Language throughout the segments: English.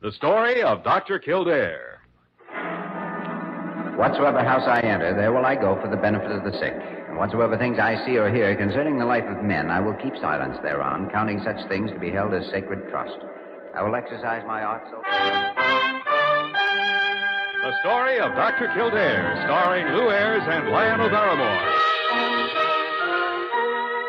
The story of Dr. Kildare. Whatsoever house I enter, there will I go for the benefit of the sick. And whatsoever things I see or hear concerning the life of men, I will keep silence thereon, counting such things to be held as sacred trust. I will exercise my art so. The story of Dr. Kildare, starring Lou Ayres and Lionel Barrymore.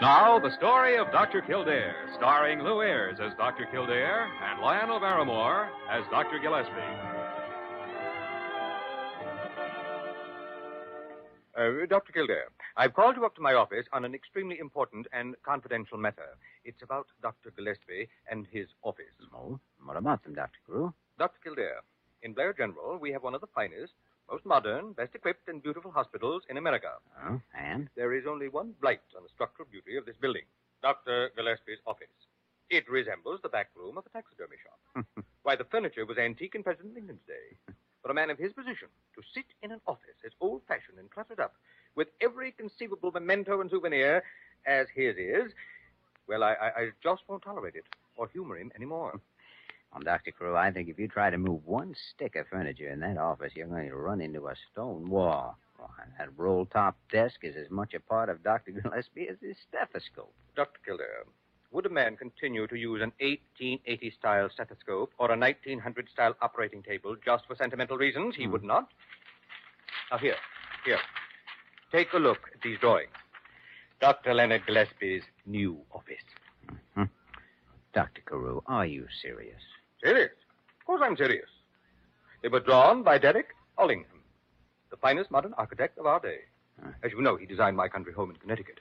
Now, the story of Dr. Kildare, starring Lou Ayres as Dr. Kildare and Lionel Barrymore as Dr. Gillespie. Uh, Dr. Kildare, I've called you up to my office on an extremely important and confidential matter. It's about Dr. Gillespie and his office. Oh, what about them, Dr. Carew? Dr. Kildare, in Blair General, we have one of the finest, most modern, best equipped, and beautiful hospitals in America. Oh, and? There is only one blight on the structural beauty of this building Dr. Gillespie's office. It resembles the back room of a taxidermy shop. Why, the furniture was antique in President Lincoln's day. For a man of his position, to sit in an office as old fashioned and cluttered up with every conceivable memento and souvenir as his is, well, I, I, I just won't tolerate it or humor him anymore. Well, Dr. Carew, I think if you try to move one stick of furniture in that office, you're going to run into a stone wall. Why, that roll top desk is as much a part of Dr. Gillespie as his stethoscope. Dr. Kildare, would a man continue to use an 1880 style stethoscope or a 1900 style operating table just for sentimental reasons? He would not. Now, here, here. Take a look at these drawings. Dr. Leonard Gillespie's new office. Dr. Carew, are you serious? Serious? Of course I'm serious. They were drawn by Derek Ollingham, the finest modern architect of our day. Huh. As you know, he designed my country home in Connecticut.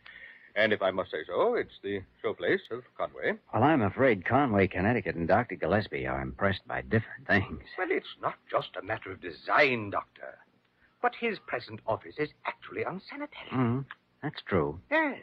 And if I must say so, it's the showplace of Conway. Well, I'm afraid Conway, Connecticut, and Dr. Gillespie are impressed by different things. Well, it's not just a matter of design, Doctor. But his present office is actually unsanitary. Mm, that's true. Yes.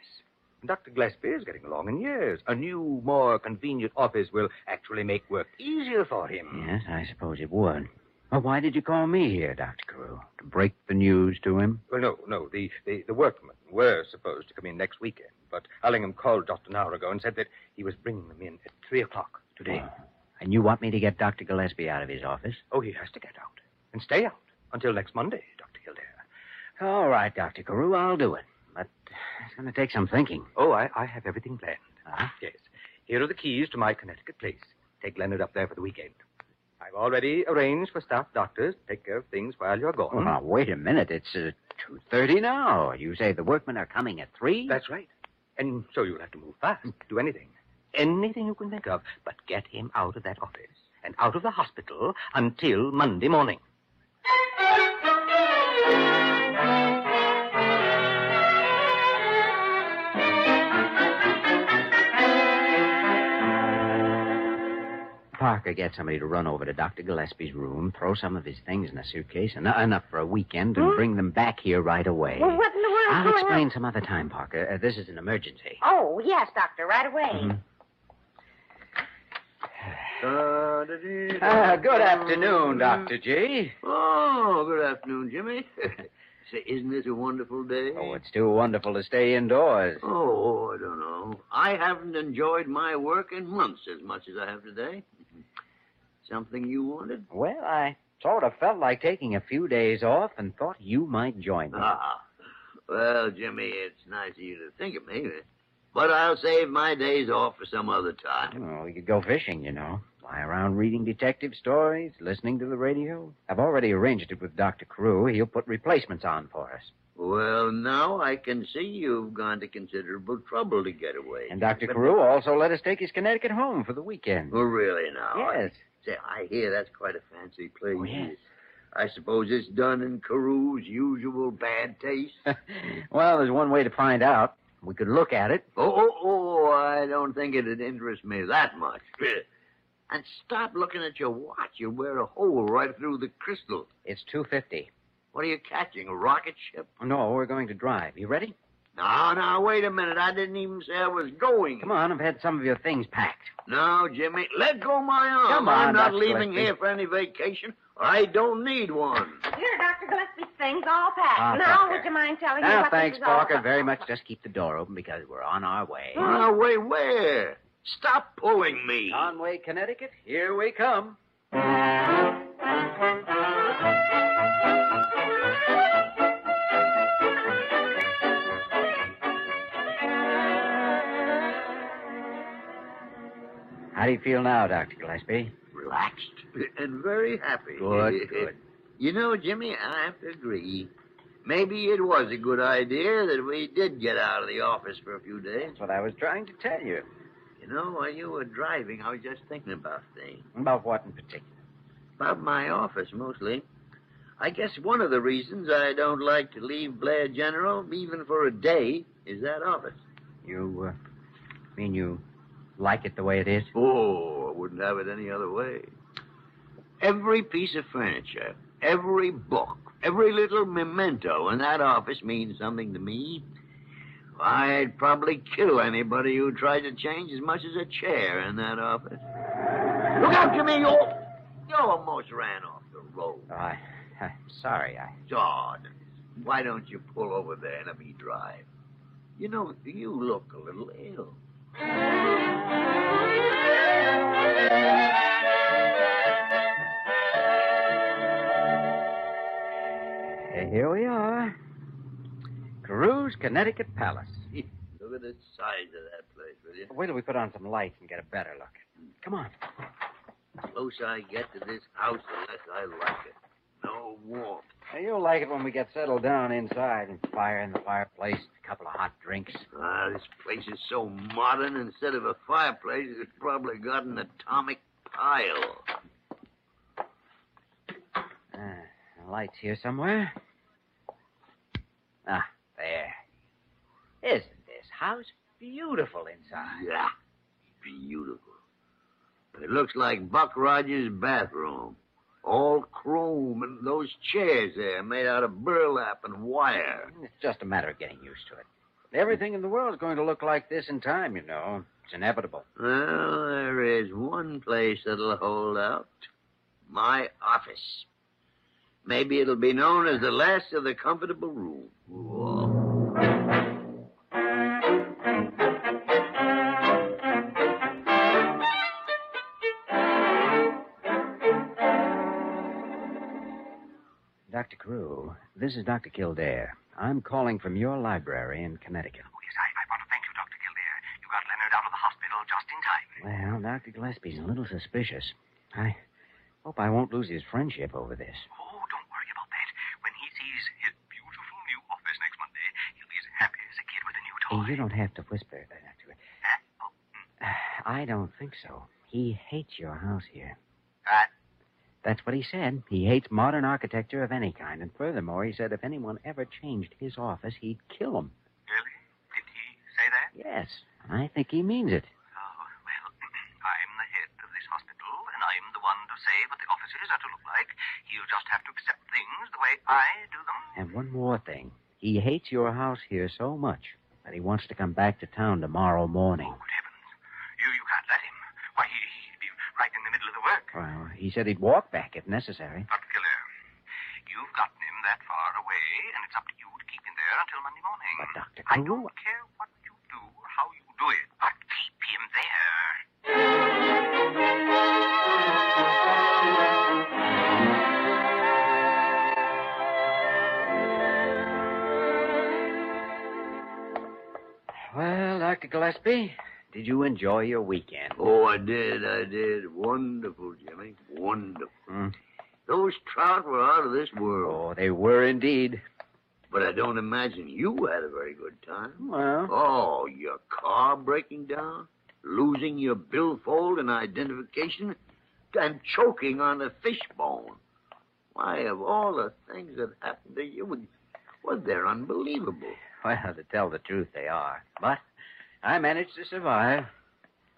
And Dr. Gillespie is getting along in years. A new, more convenient office will actually make work easier for him. Yes, I suppose it would. Well, why did you call me here, Dr. Carew? To break the news to him? Well, no, no. The, the, the workmen were supposed to come in next weekend, but Allingham called just an hour ago and said that he was bringing them in at 3 o'clock today. And you want me to get Dr. Gillespie out of his office? Oh, he has to get out and stay out until next Monday, Dr. Kildare. All right, Dr. Carew, I'll do it. But it's going to take some thinking. Oh, I, I have everything planned. Huh? Yes. Here are the keys to my Connecticut place. Take Leonard up there for the weekend. I've already arranged for staff doctors to take care of things while you're Well, gone. now, wait a minute. It's uh, 2.30 now. You say the workmen are coming at 3? That's right. And so you'll have to move fast. Do anything. Anything you can think of. But get him out of that office and out of the hospital until Monday morning. Parker get somebody to run over to Dr. Gillespie's room, throw some of his things in a suitcase, en- enough for a weekend, and bring them back here right away. Well, what in the world's I'll going explain on? some other time, Parker. Uh, this is an emergency. Oh, yes, Doctor, right away. Mm-hmm. Uh, Ah, good afternoon, Dr. G. Oh, good afternoon, Jimmy. Say, isn't this a wonderful day? Oh, it's too wonderful to stay indoors. Oh, I don't know. I haven't enjoyed my work in months as much as I have today. Something you wanted? Well, I sort of felt like taking a few days off and thought you might join me. Ah. Well, Jimmy, it's nice of you to think of me, but I'll save my days off for some other time. Well, we could go fishing, you know. Lie around reading detective stories, listening to the radio. I've already arranged it with Dr. Carew. He'll put replacements on for us. Well, now I can see you've gone to considerable trouble to get away. And Dr. But- Carew also let us take his Connecticut home for the weekend. Oh, really, now? Yes. Say, I hear that's quite a fancy place. Oh, yes. I suppose it's done in Carew's usual bad taste. oh, well, there's one way to find out. We could look at it. oh, oh, I don't think it'd interest me that much. And stop looking at your watch. You'll wear a hole right through the crystal. It's 2.50. What are you catching? A rocket ship? No, we're going to drive. You ready? No, no, wait a minute. I didn't even say I was going. Come on, I've had some of your things packed. No, Jimmy, let go my arm. Come on, I'm not Dr. leaving Gillespie. here for any vacation. I don't need one. Here, Dr. Gillespie's thing's Ah, all packed. now, Doctor. would you mind telling me No, what Ah, thanks, this is all Parker, about? Hmm. very much. Just keep the door open because we're on our way. On our way where? Stop pulling me. Conway, Connecticut, here we come. How do you feel now, Dr. Gillespie? Relaxed and very happy. Good, good. You know, Jimmy, I have to agree. Maybe it was a good idea that we did get out of the office for a few days. That's what I was trying to tell you. You know, while you were driving, I was just thinking about things. About what in particular? About my office, mostly. I guess one of the reasons I don't like to leave Blair General, even for a day, is that office. You uh, mean you like it the way it is? Oh, I wouldn't have it any other way. Every piece of furniture, every book, every little memento in that office means something to me. Why, I'd probably kill anybody who tried to change as much as a chair in that office. Look out, Jimmy! You, you almost ran off the road. Oh, I, I'm sorry. I Dodd, why don't you pull over there and let me drive? You know, you look a little ill. Uh, Here we are. Carews, Connecticut Palace. Look at the size of that place, will you? Wait till we put on some lights and get a better look. Come on. closer I get to this house, the less I like it. No warmth. Now, you'll like it when we get settled down inside and fire in the fireplace, a couple of hot drinks. Ah, this place is so modern. Instead of a fireplace, it's probably got an atomic pile. Ah, lights here somewhere. Ah, there. Isn't this house beautiful inside? Yeah, beautiful. It looks like Buck Rogers' bathroom. All chrome and those chairs there made out of burlap and wire. It's just a matter of getting used to it. Everything in the world is going to look like this in time, you know. It's inevitable. Well, there is one place that'll hold out. My office. Maybe it'll be known as the last of the comfortable room. Whoa. Dr. Carew, this is Dr. Kildare. I'm calling from your library in Connecticut. Oh, yes, I, I want to thank you, Dr. Kildare. You got Leonard out of the hospital just in time. Well, Dr. Gillespie's a little suspicious. I hope I won't lose his friendship over this. Oh, don't worry about that. When he sees his beautiful new office next Monday, he'll be as happy as a kid with a new Oh, toy. you don't have to whisper that, Dr. Huh? Oh, I don't think so. He hates your house here. Ah. That's what he said. He hates modern architecture of any kind. And furthermore, he said if anyone ever changed his office, he'd kill him. really? Did he say that? Yes, I think he means it. Oh, well, I'm the head of this hospital, and I'm the one to say what the offices are to look like. He'll just have to accept things the way I do them. And one more thing. He hates your house here so much that he wants to come back to town tomorrow morning. Oh, good heavens. You, you can't let him. Why, he, he'd be right in the middle of the work. Well, he said he'd walk back if necessary. Dr. Killer, you've gotten him that far away, and it's up to you to keep him there until Monday morning. But, Dr. I Carew, don't care what you do or how you do it, but keep him there. Well, Dr. Gillespie, did you enjoy your weekend? Oh, I did, I did. Wonderful, Jimmy. Wonderful. Hmm. Those trout were out of this world. Oh, they were indeed. But I don't imagine you had a very good time. Well, Oh, your car breaking down, losing your billfold and identification, and choking on a fishbone. Why, of all the things that happened to you, well, they're unbelievable. well, to tell the truth, they are. But I managed to survive.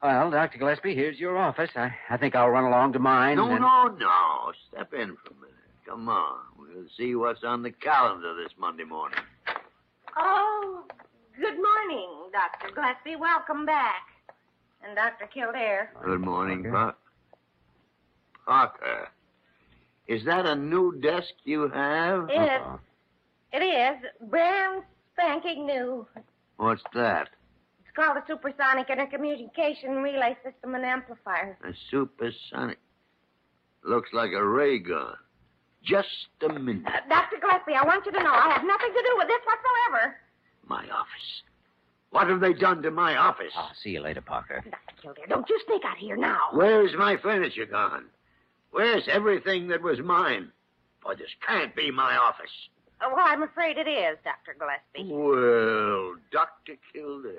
Well, Dr. Gillespie, here's your office. I, I think I'll run along to mine. No, and- no, no. Step in for a minute. Come on. We'll see what's on the calendar this Monday morning. Oh, good morning, Dr. Gillespie. Welcome back. And Dr. Kildare. Good morning, Parker. Parker. Parker. Is that a new desk you have? It is, it is brand spanking new. What's that? It's called a supersonic intercommunication relay system and amplifier. A supersonic. Looks like a ray gun. Just a minute. Uh, Dr. Gillespie, I want you to know I have nothing to do with this whatsoever. My office. What have they done to my office? I'll Ah, see you later, Parker. Dr. Kildare, don't you sneak out of here now. Where's my furniture gone? Where's everything that was mine? Boy, this can't be my office. Uh, well, I'm afraid it is, Dr. Gillespie. Well, Dr. Kildare.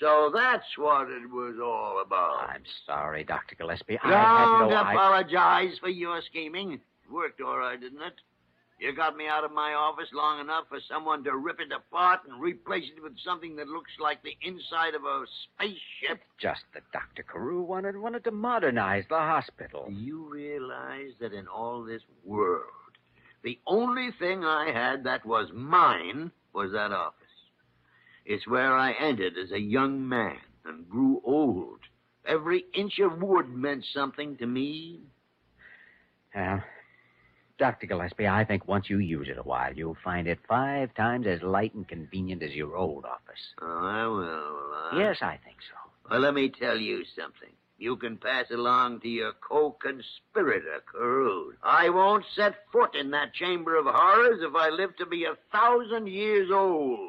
So that's what it was all about. I'm sorry, Dr. Gillespie. I had Don't no idea. apologize for your scheming. Worked all right, didn't it? You got me out of my office long enough for someone to rip it apart and replace it with something that looks like the inside of a spaceship. Just that Dr. Carew wanted, wanted to modernize the hospital. Do you realize that in all this world, the only thing I had that was mine was that office? It's where I entered as a young man and grew old. Every inch of wood meant something to me. Well, Dr. Gillespie, I think once you use it a while, you'll find it five times as light and convenient as your old office. Oh, I will. uh, Yes, I think so. Well, let me tell you something. You can pass along to your co-conspirator, Carew. I won't set foot in that chamber of horrors if I live to be a thousand years old.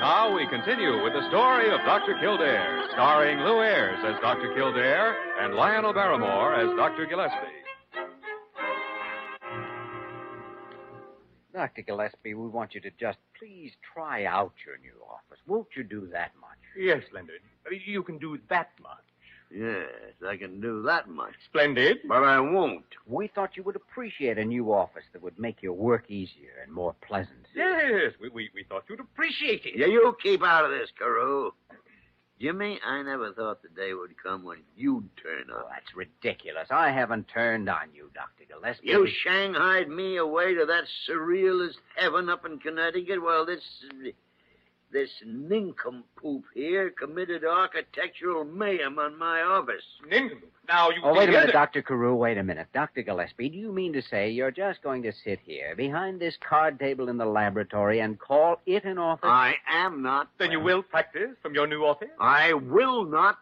Now we continue with the story of Dr. Kildare, starring Lou Ayres as Dr. Kildare and Lionel Barrymore as Dr. Gillespie. Dr. Gillespie, we want you to just please try out your new office. Won't you do that much? Yes, Leonard. Uh, You can do that much. Yes, I can do that much. Splendid. But I won't. We thought you would appreciate a new office that would make your work easier and more pleasant. Yes, we, we, we thought you'd appreciate it. Yeah, you keep out of this, Carew. Jimmy, I never thought the day would come when you'd turn Oh, up. that's ridiculous. I haven't turned on you, Dr. Gillespie. You shanghaied me away to that surrealist heaven up in Connecticut while this. this nincompoop here committed architectural mayhem on my office. Nincompoop. Now you Oh, wait a minute, together- Dr. Carew. Wait a minute. Dr. Gillespie, do you mean to say you're just going to sit here behind this card table in the laboratory and call it an office? I am not. Then you will practice from your new office? I will not.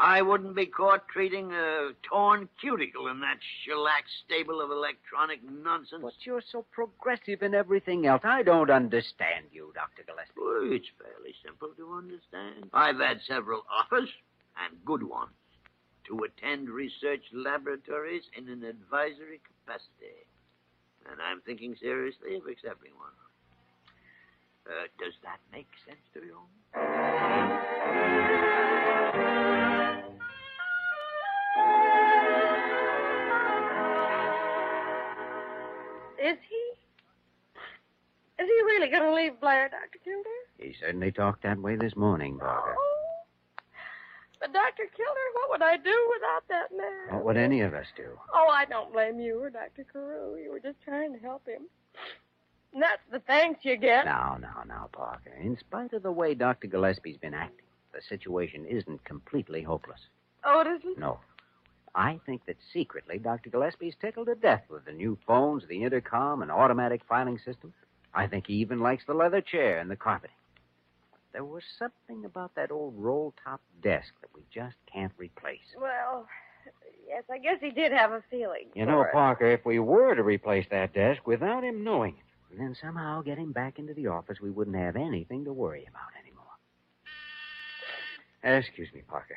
I wouldn't be caught treating a torn cuticle in that shellac stable of electronic nonsense. But you're so progressive in everything else. I don't understand you, Dr. Gillespie. Well, it's fairly simple to understand. I've had several offers, and good ones, to attend research laboratories in an advisory capacity. And I'm thinking seriously of accepting one. Uh, does that make sense to you? Is he? Is he really going to leave Blair, Dr. Kildare? He certainly talked that way this morning, Parker. Oh. But Dr. Kildare, what would I do without that man? What would any of us do? Oh, I don't blame you or Dr. Carew. You were just trying to help him. And that's the thanks you get. Now, now, now, Parker. In spite of the way Dr. Gillespie's been acting, the situation isn't completely hopeless. Oh, it isn't. No. I think that secretly Dr. Gillespie's tickled to death with the new phones, the intercom, and automatic filing system. I think he even likes the leather chair and the carpeting. There was something about that old roll top desk that we just can't replace. Well, yes, I guess he did have a feeling. You for know, it. Parker, if we were to replace that desk without him knowing it, and then somehow get him back into the office, we wouldn't have anything to worry about anymore. Uh, Excuse me, Parker.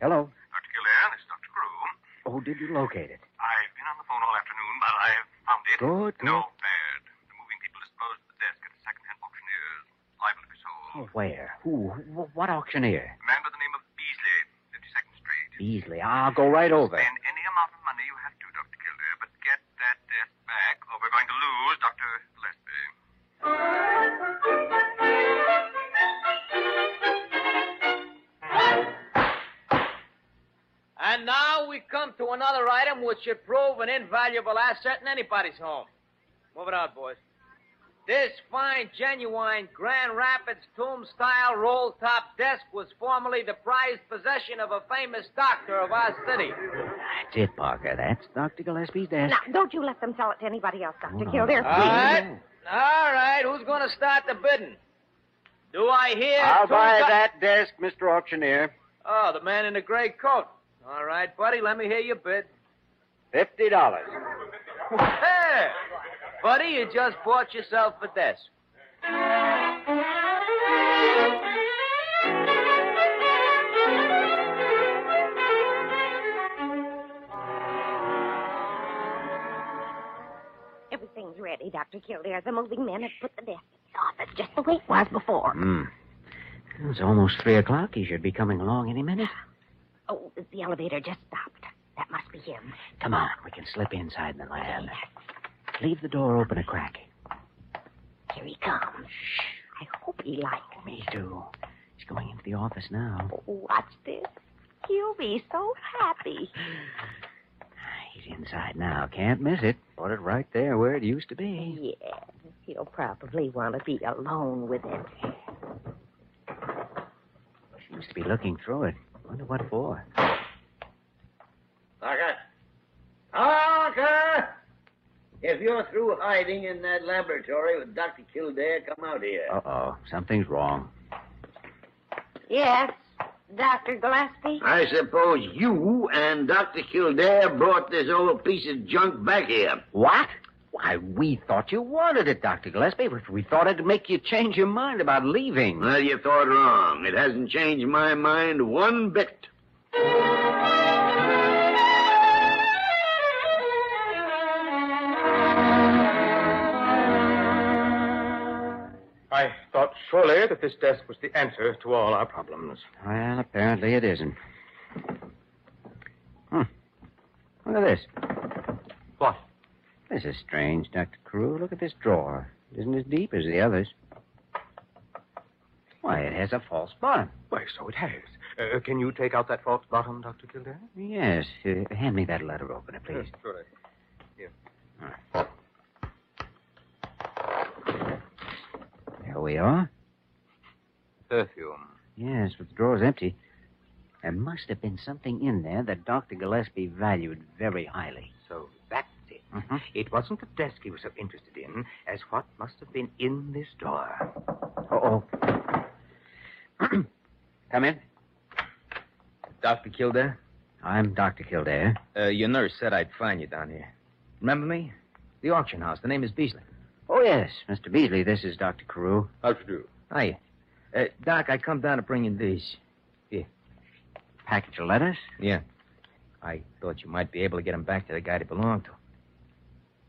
Hello. Dr. Kildare, this is Dr. Crew. Oh, did you locate it? I've been on the phone all afternoon, but I have found it. Good, good. No bad. The moving people disposed of the desk at the second-hand auctioneer's. Liable to be Oh. sold. Where? Who? Wh- What auctioneer? A man by the name of Beasley, 52nd Street. Beasley. I'll go right over. Spend any amount of money you have to, Dr. Kildare, but get that desk back, or we're going to lose Dr. Gillespie. And now we come to another item which should prove an invaluable asset in anybody's home. Move it out, boys. This fine, genuine Grand Rapids tomb style roll top desk was formerly the prized possession of a famous doctor of our city. That's it, Parker. That's Dr. Gillespie's desk. Now, don't you let them sell it to anybody else, Dr. No, no. Kildare, All please. right. All right. Who's going to start the bidding? Do I hear. I'll two buy do- that desk, Mr. Auctioneer. Oh, the man in the gray coat. All right, buddy. Let me hear your bid. Fifty dollars. Hey, buddy, you just bought yourself a desk. Everything's ready, Dr. Kildare. The moving men have put the desk in the office just the way it was before. Hmm. It's almost three o'clock. He should be coming along any minute. Oh, the elevator just stopped. That must be him. Come on, we can slip inside the lab. Leave the door open a crack. Here he comes. I hope he likes me. Me too. He's going into the office now. Watch this. He'll be so happy. He's inside now. Can't miss it. Put it right there where it used to be. Yeah, he'll probably want to be alone with it. Seems to be looking through it. Wonder what for. Parker. Parker! If you're through hiding in that laboratory with Dr. Kildare, come out here. Uh oh. Something's wrong. Yes, Dr. Gillespie? I suppose you and Dr. Kildare brought this old piece of junk back here. What? Why, we thought you wanted it, Dr. Gillespie. We- We thought it'd make you change your mind about leaving. Well, you thought wrong. It hasn't changed my mind one bit. I thought surely that this desk was the answer to all our problems. Well, apparently it isn't. Hmm. Look at this. What? This is strange, Dr. Carew. Look at this drawer. It isn't as deep as the others. Why, it has a false bottom. Why, so it has. Uh, can you take out that false bottom, Dr. Kildare? Yes. uh, hand me that letter opener, please. Surely. There we are. Perfume. Yes, but the drawer's empty. There must have been something in there that Dr. Gillespie valued very highly. So that's it. Mhm. It wasn't the desk he was so interested in as what must have been in this drawer. Uh-oh. Come in. Dr. Kildare? I'm Dr. Kildare. Uh, your nurse said I'd find you down here. Remember me? The auction house. The name is Beasley. Oh, yes, Mr. Beasley, this is Dr. Carew. How to do? Hi. Uh, Doc, I come down to bring you these. Package of letters? I thought you might be able to get them back to the guy they belong to.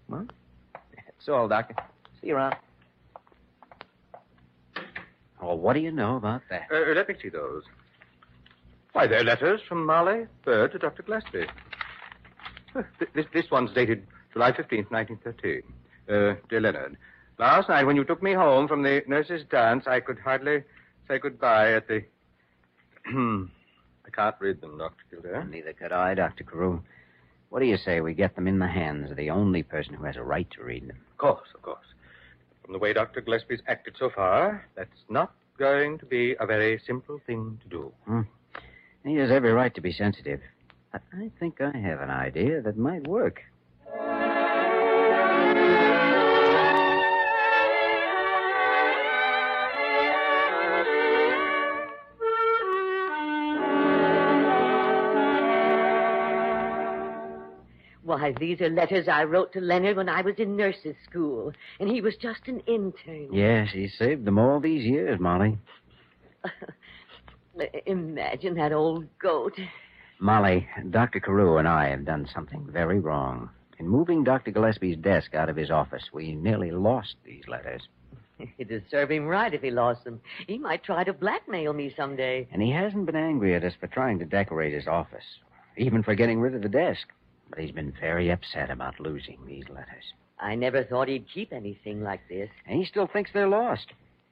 Well, that's all, Doctor. See you around. Oh, what do you know about that? Uh, let me see those. Why, they're letters from Marley Bird to Dr. Gillespie. Uh, th- This, this one's dated July 15th, 1913. Uh, dear Leonard, last night when you took me home from the nurse's dance, I could hardly say goodbye at the... I can't read them, Dr. Kildare. Neither could I, Dr. Carew. What do you say we get them in the hands of the only person who has a right to read them? Of course, of course. From the way Dr. Gillespie's acted so far, that's not going to be a very simple thing to do. He has every right to be sensitive. But I think I have an idea that might work. Why, these are letters I wrote to Leonard when I was in nurse's school, and he was just an intern. Yes, he saved them all these years, Molly. Imagine that old goat. Molly, Dr. Carew and I have done something very wrong. In moving Dr. Gillespie's desk out of his office, we nearly lost these letters. It'd serve him right if he lost them. He might try to blackmail me someday. And he hasn't been angry at us for trying to decorate his office, even for getting rid of the desk. But he's been very upset about losing these letters. I never thought he'd keep anything like this. And he still thinks they're lost.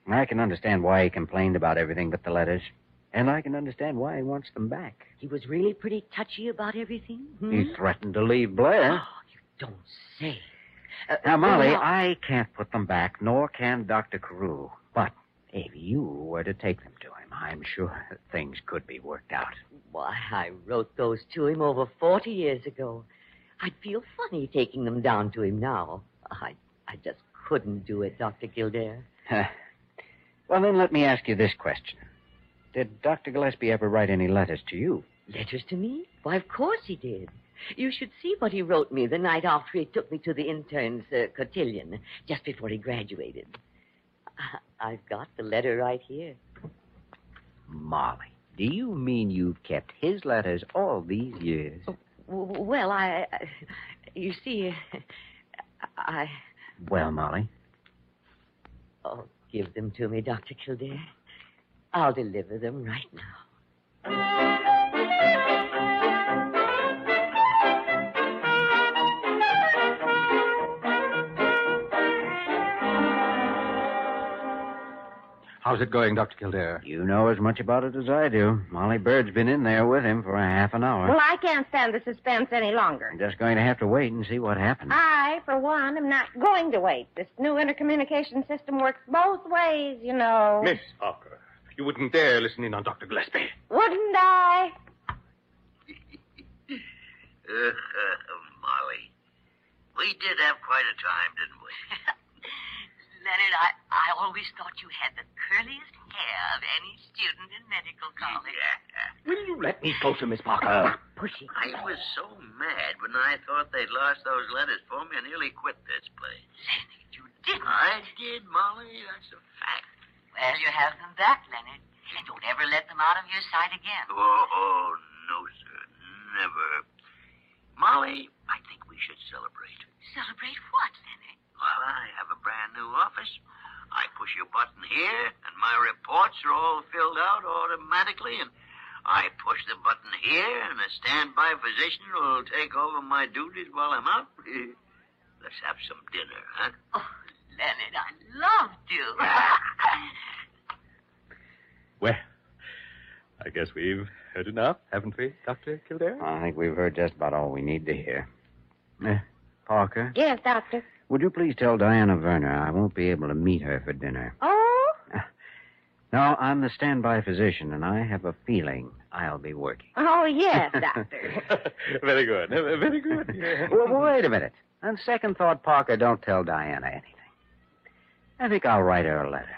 And I can understand why he complained about everything but the letters. And I can understand why he wants them back. He was really pretty touchy about everything. hmm? He threatened to leave Blair. Uh, Oh, you don't say. Now, Molly, well, I can't put them back, nor can Dr. Carew. But if you were to take them to him, I'm sure that things could be worked out. Why, I wrote those to him over 40 years ago. I'd feel funny taking them down to him now. I, I just couldn't do it, Dr. Kildare. Well, then let me ask you this question Did Dr. Gillespie ever write any letters to you? Letters to me? Why, of course he did. You should see what he wrote me the night after he took me to the intern's uh, cotillion, just before he graduated. I, I've got the letter right here. Molly, do you mean you've kept his letters all these years? W- Well, I. I- You see, I. Well, Molly, Oh, give them to me, Dr. Kildare. I'll deliver them right now. How's it going, Dr. Kildare? you know as much about it as I do. Molly Bird's been in there with him for a half an hour. Well, I can't stand the suspense any longer. I'm just going to have to wait and see what happens. I, for one, am not going to wait. This new intercommunication system works both ways, you know. Miss Harker, you wouldn't dare listen in on Dr. Gillespie. Wouldn't I? Molly, we did have quite a time, didn't we? Leonard, I, I always thought you had the curliest hair of any student in medical college. Will you let me go to Miss Parker? Pushy. I was so mad when I thought they'd lost those letters for me, I nearly quit this place. You didn't. I did, Molly. That's a fact. Well, you have them back, Leonard. And don't ever let them out of your sight again. Oh, oh, no, sir. Never. Molly, I think we should celebrate. Celebrate what, Leonard? Well, I have a brand new office. I push a button here, and my reports are all filled out automatically, and I push the button here, and a standby physician will take over my duties while I'm out. Let's have some dinner, huh? Oh, Leonard, I loved you. Well, I guess we've heard enough, haven't we, Dr. Kildare? I think we've heard just about all we need to hear. Eh, Parker, Yes, Doctor. would you please tell Diana Werner I won't be able to meet her for dinner? Oh, No, I'm the standby physician, and I have a feeling I'll be working. oh yes, Doctor. very good. Uh, Very good. Yeah. well, well, wait a minute. On second thought, Parker, don't tell Diana anything. I think I'll write her a letter.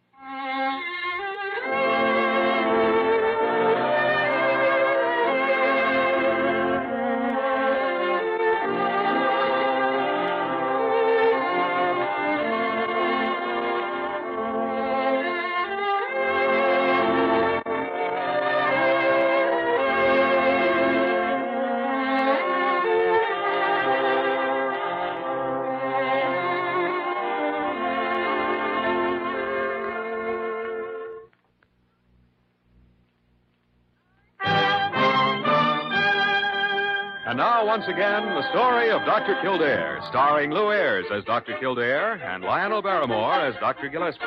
And now, once again, the story of Dr. Kildare, starring Lou Ayres as Dr. Kildare and Lionel Barrymore as Dr. Gillespie.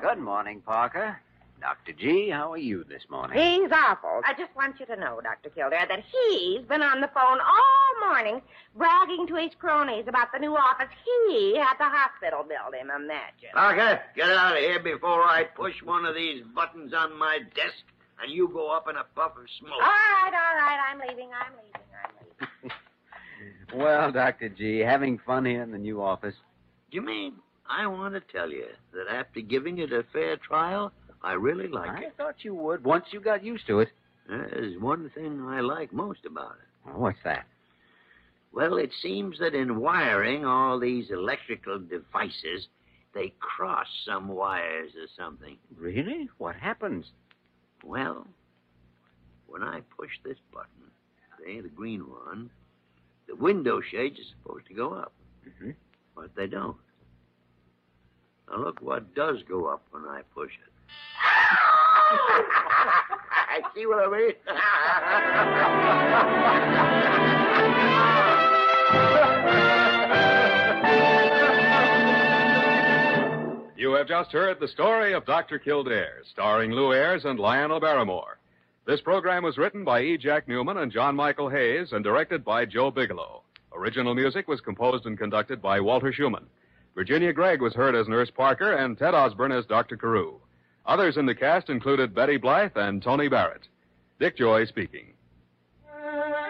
Good morning, Parker. Dr. G, how are you this morning? He's awful. I just want you to know, Dr. Kildare, that he's been on the phone all morning bragging to his cronies about the new office he had the hospital build him. Imagine. Parker, get out of here before I push one of these buttons on my desk and you go up in a puff of All smoke. right, all right. I'm leaving. I'm leaving. I'm leaving. Well, Dr. G, having fun here in the new office. You mean I want to tell you that after giving it a fair trial, I really like I it. thought you would once you got used to it. There's one thing I like most about it. Well, what's that? Well, it seems that in wiring all these electrical devices, they cross some wires or something. Really? What happens? Well, when I push this button, see, the green one, the window shades are supposed to go up, Mm-hmm. but they don't. Now, look what does go up when I push it. I see what I mean. You have just heard the story of Dr. Kildare, starring Lou Ayres and Lionel Barrymore. This program was written by E. Jack Newman and John Michael Hayes and directed by Joe Bigelow. Original music was composed and conducted by Walter Schumann. Virginia Gregg was heard as Nurse Parker and Ted Osborne as Dr. Carew. Others in the cast included Betty Blythe and Tony Barrett. Dick Joy speaking. Bye.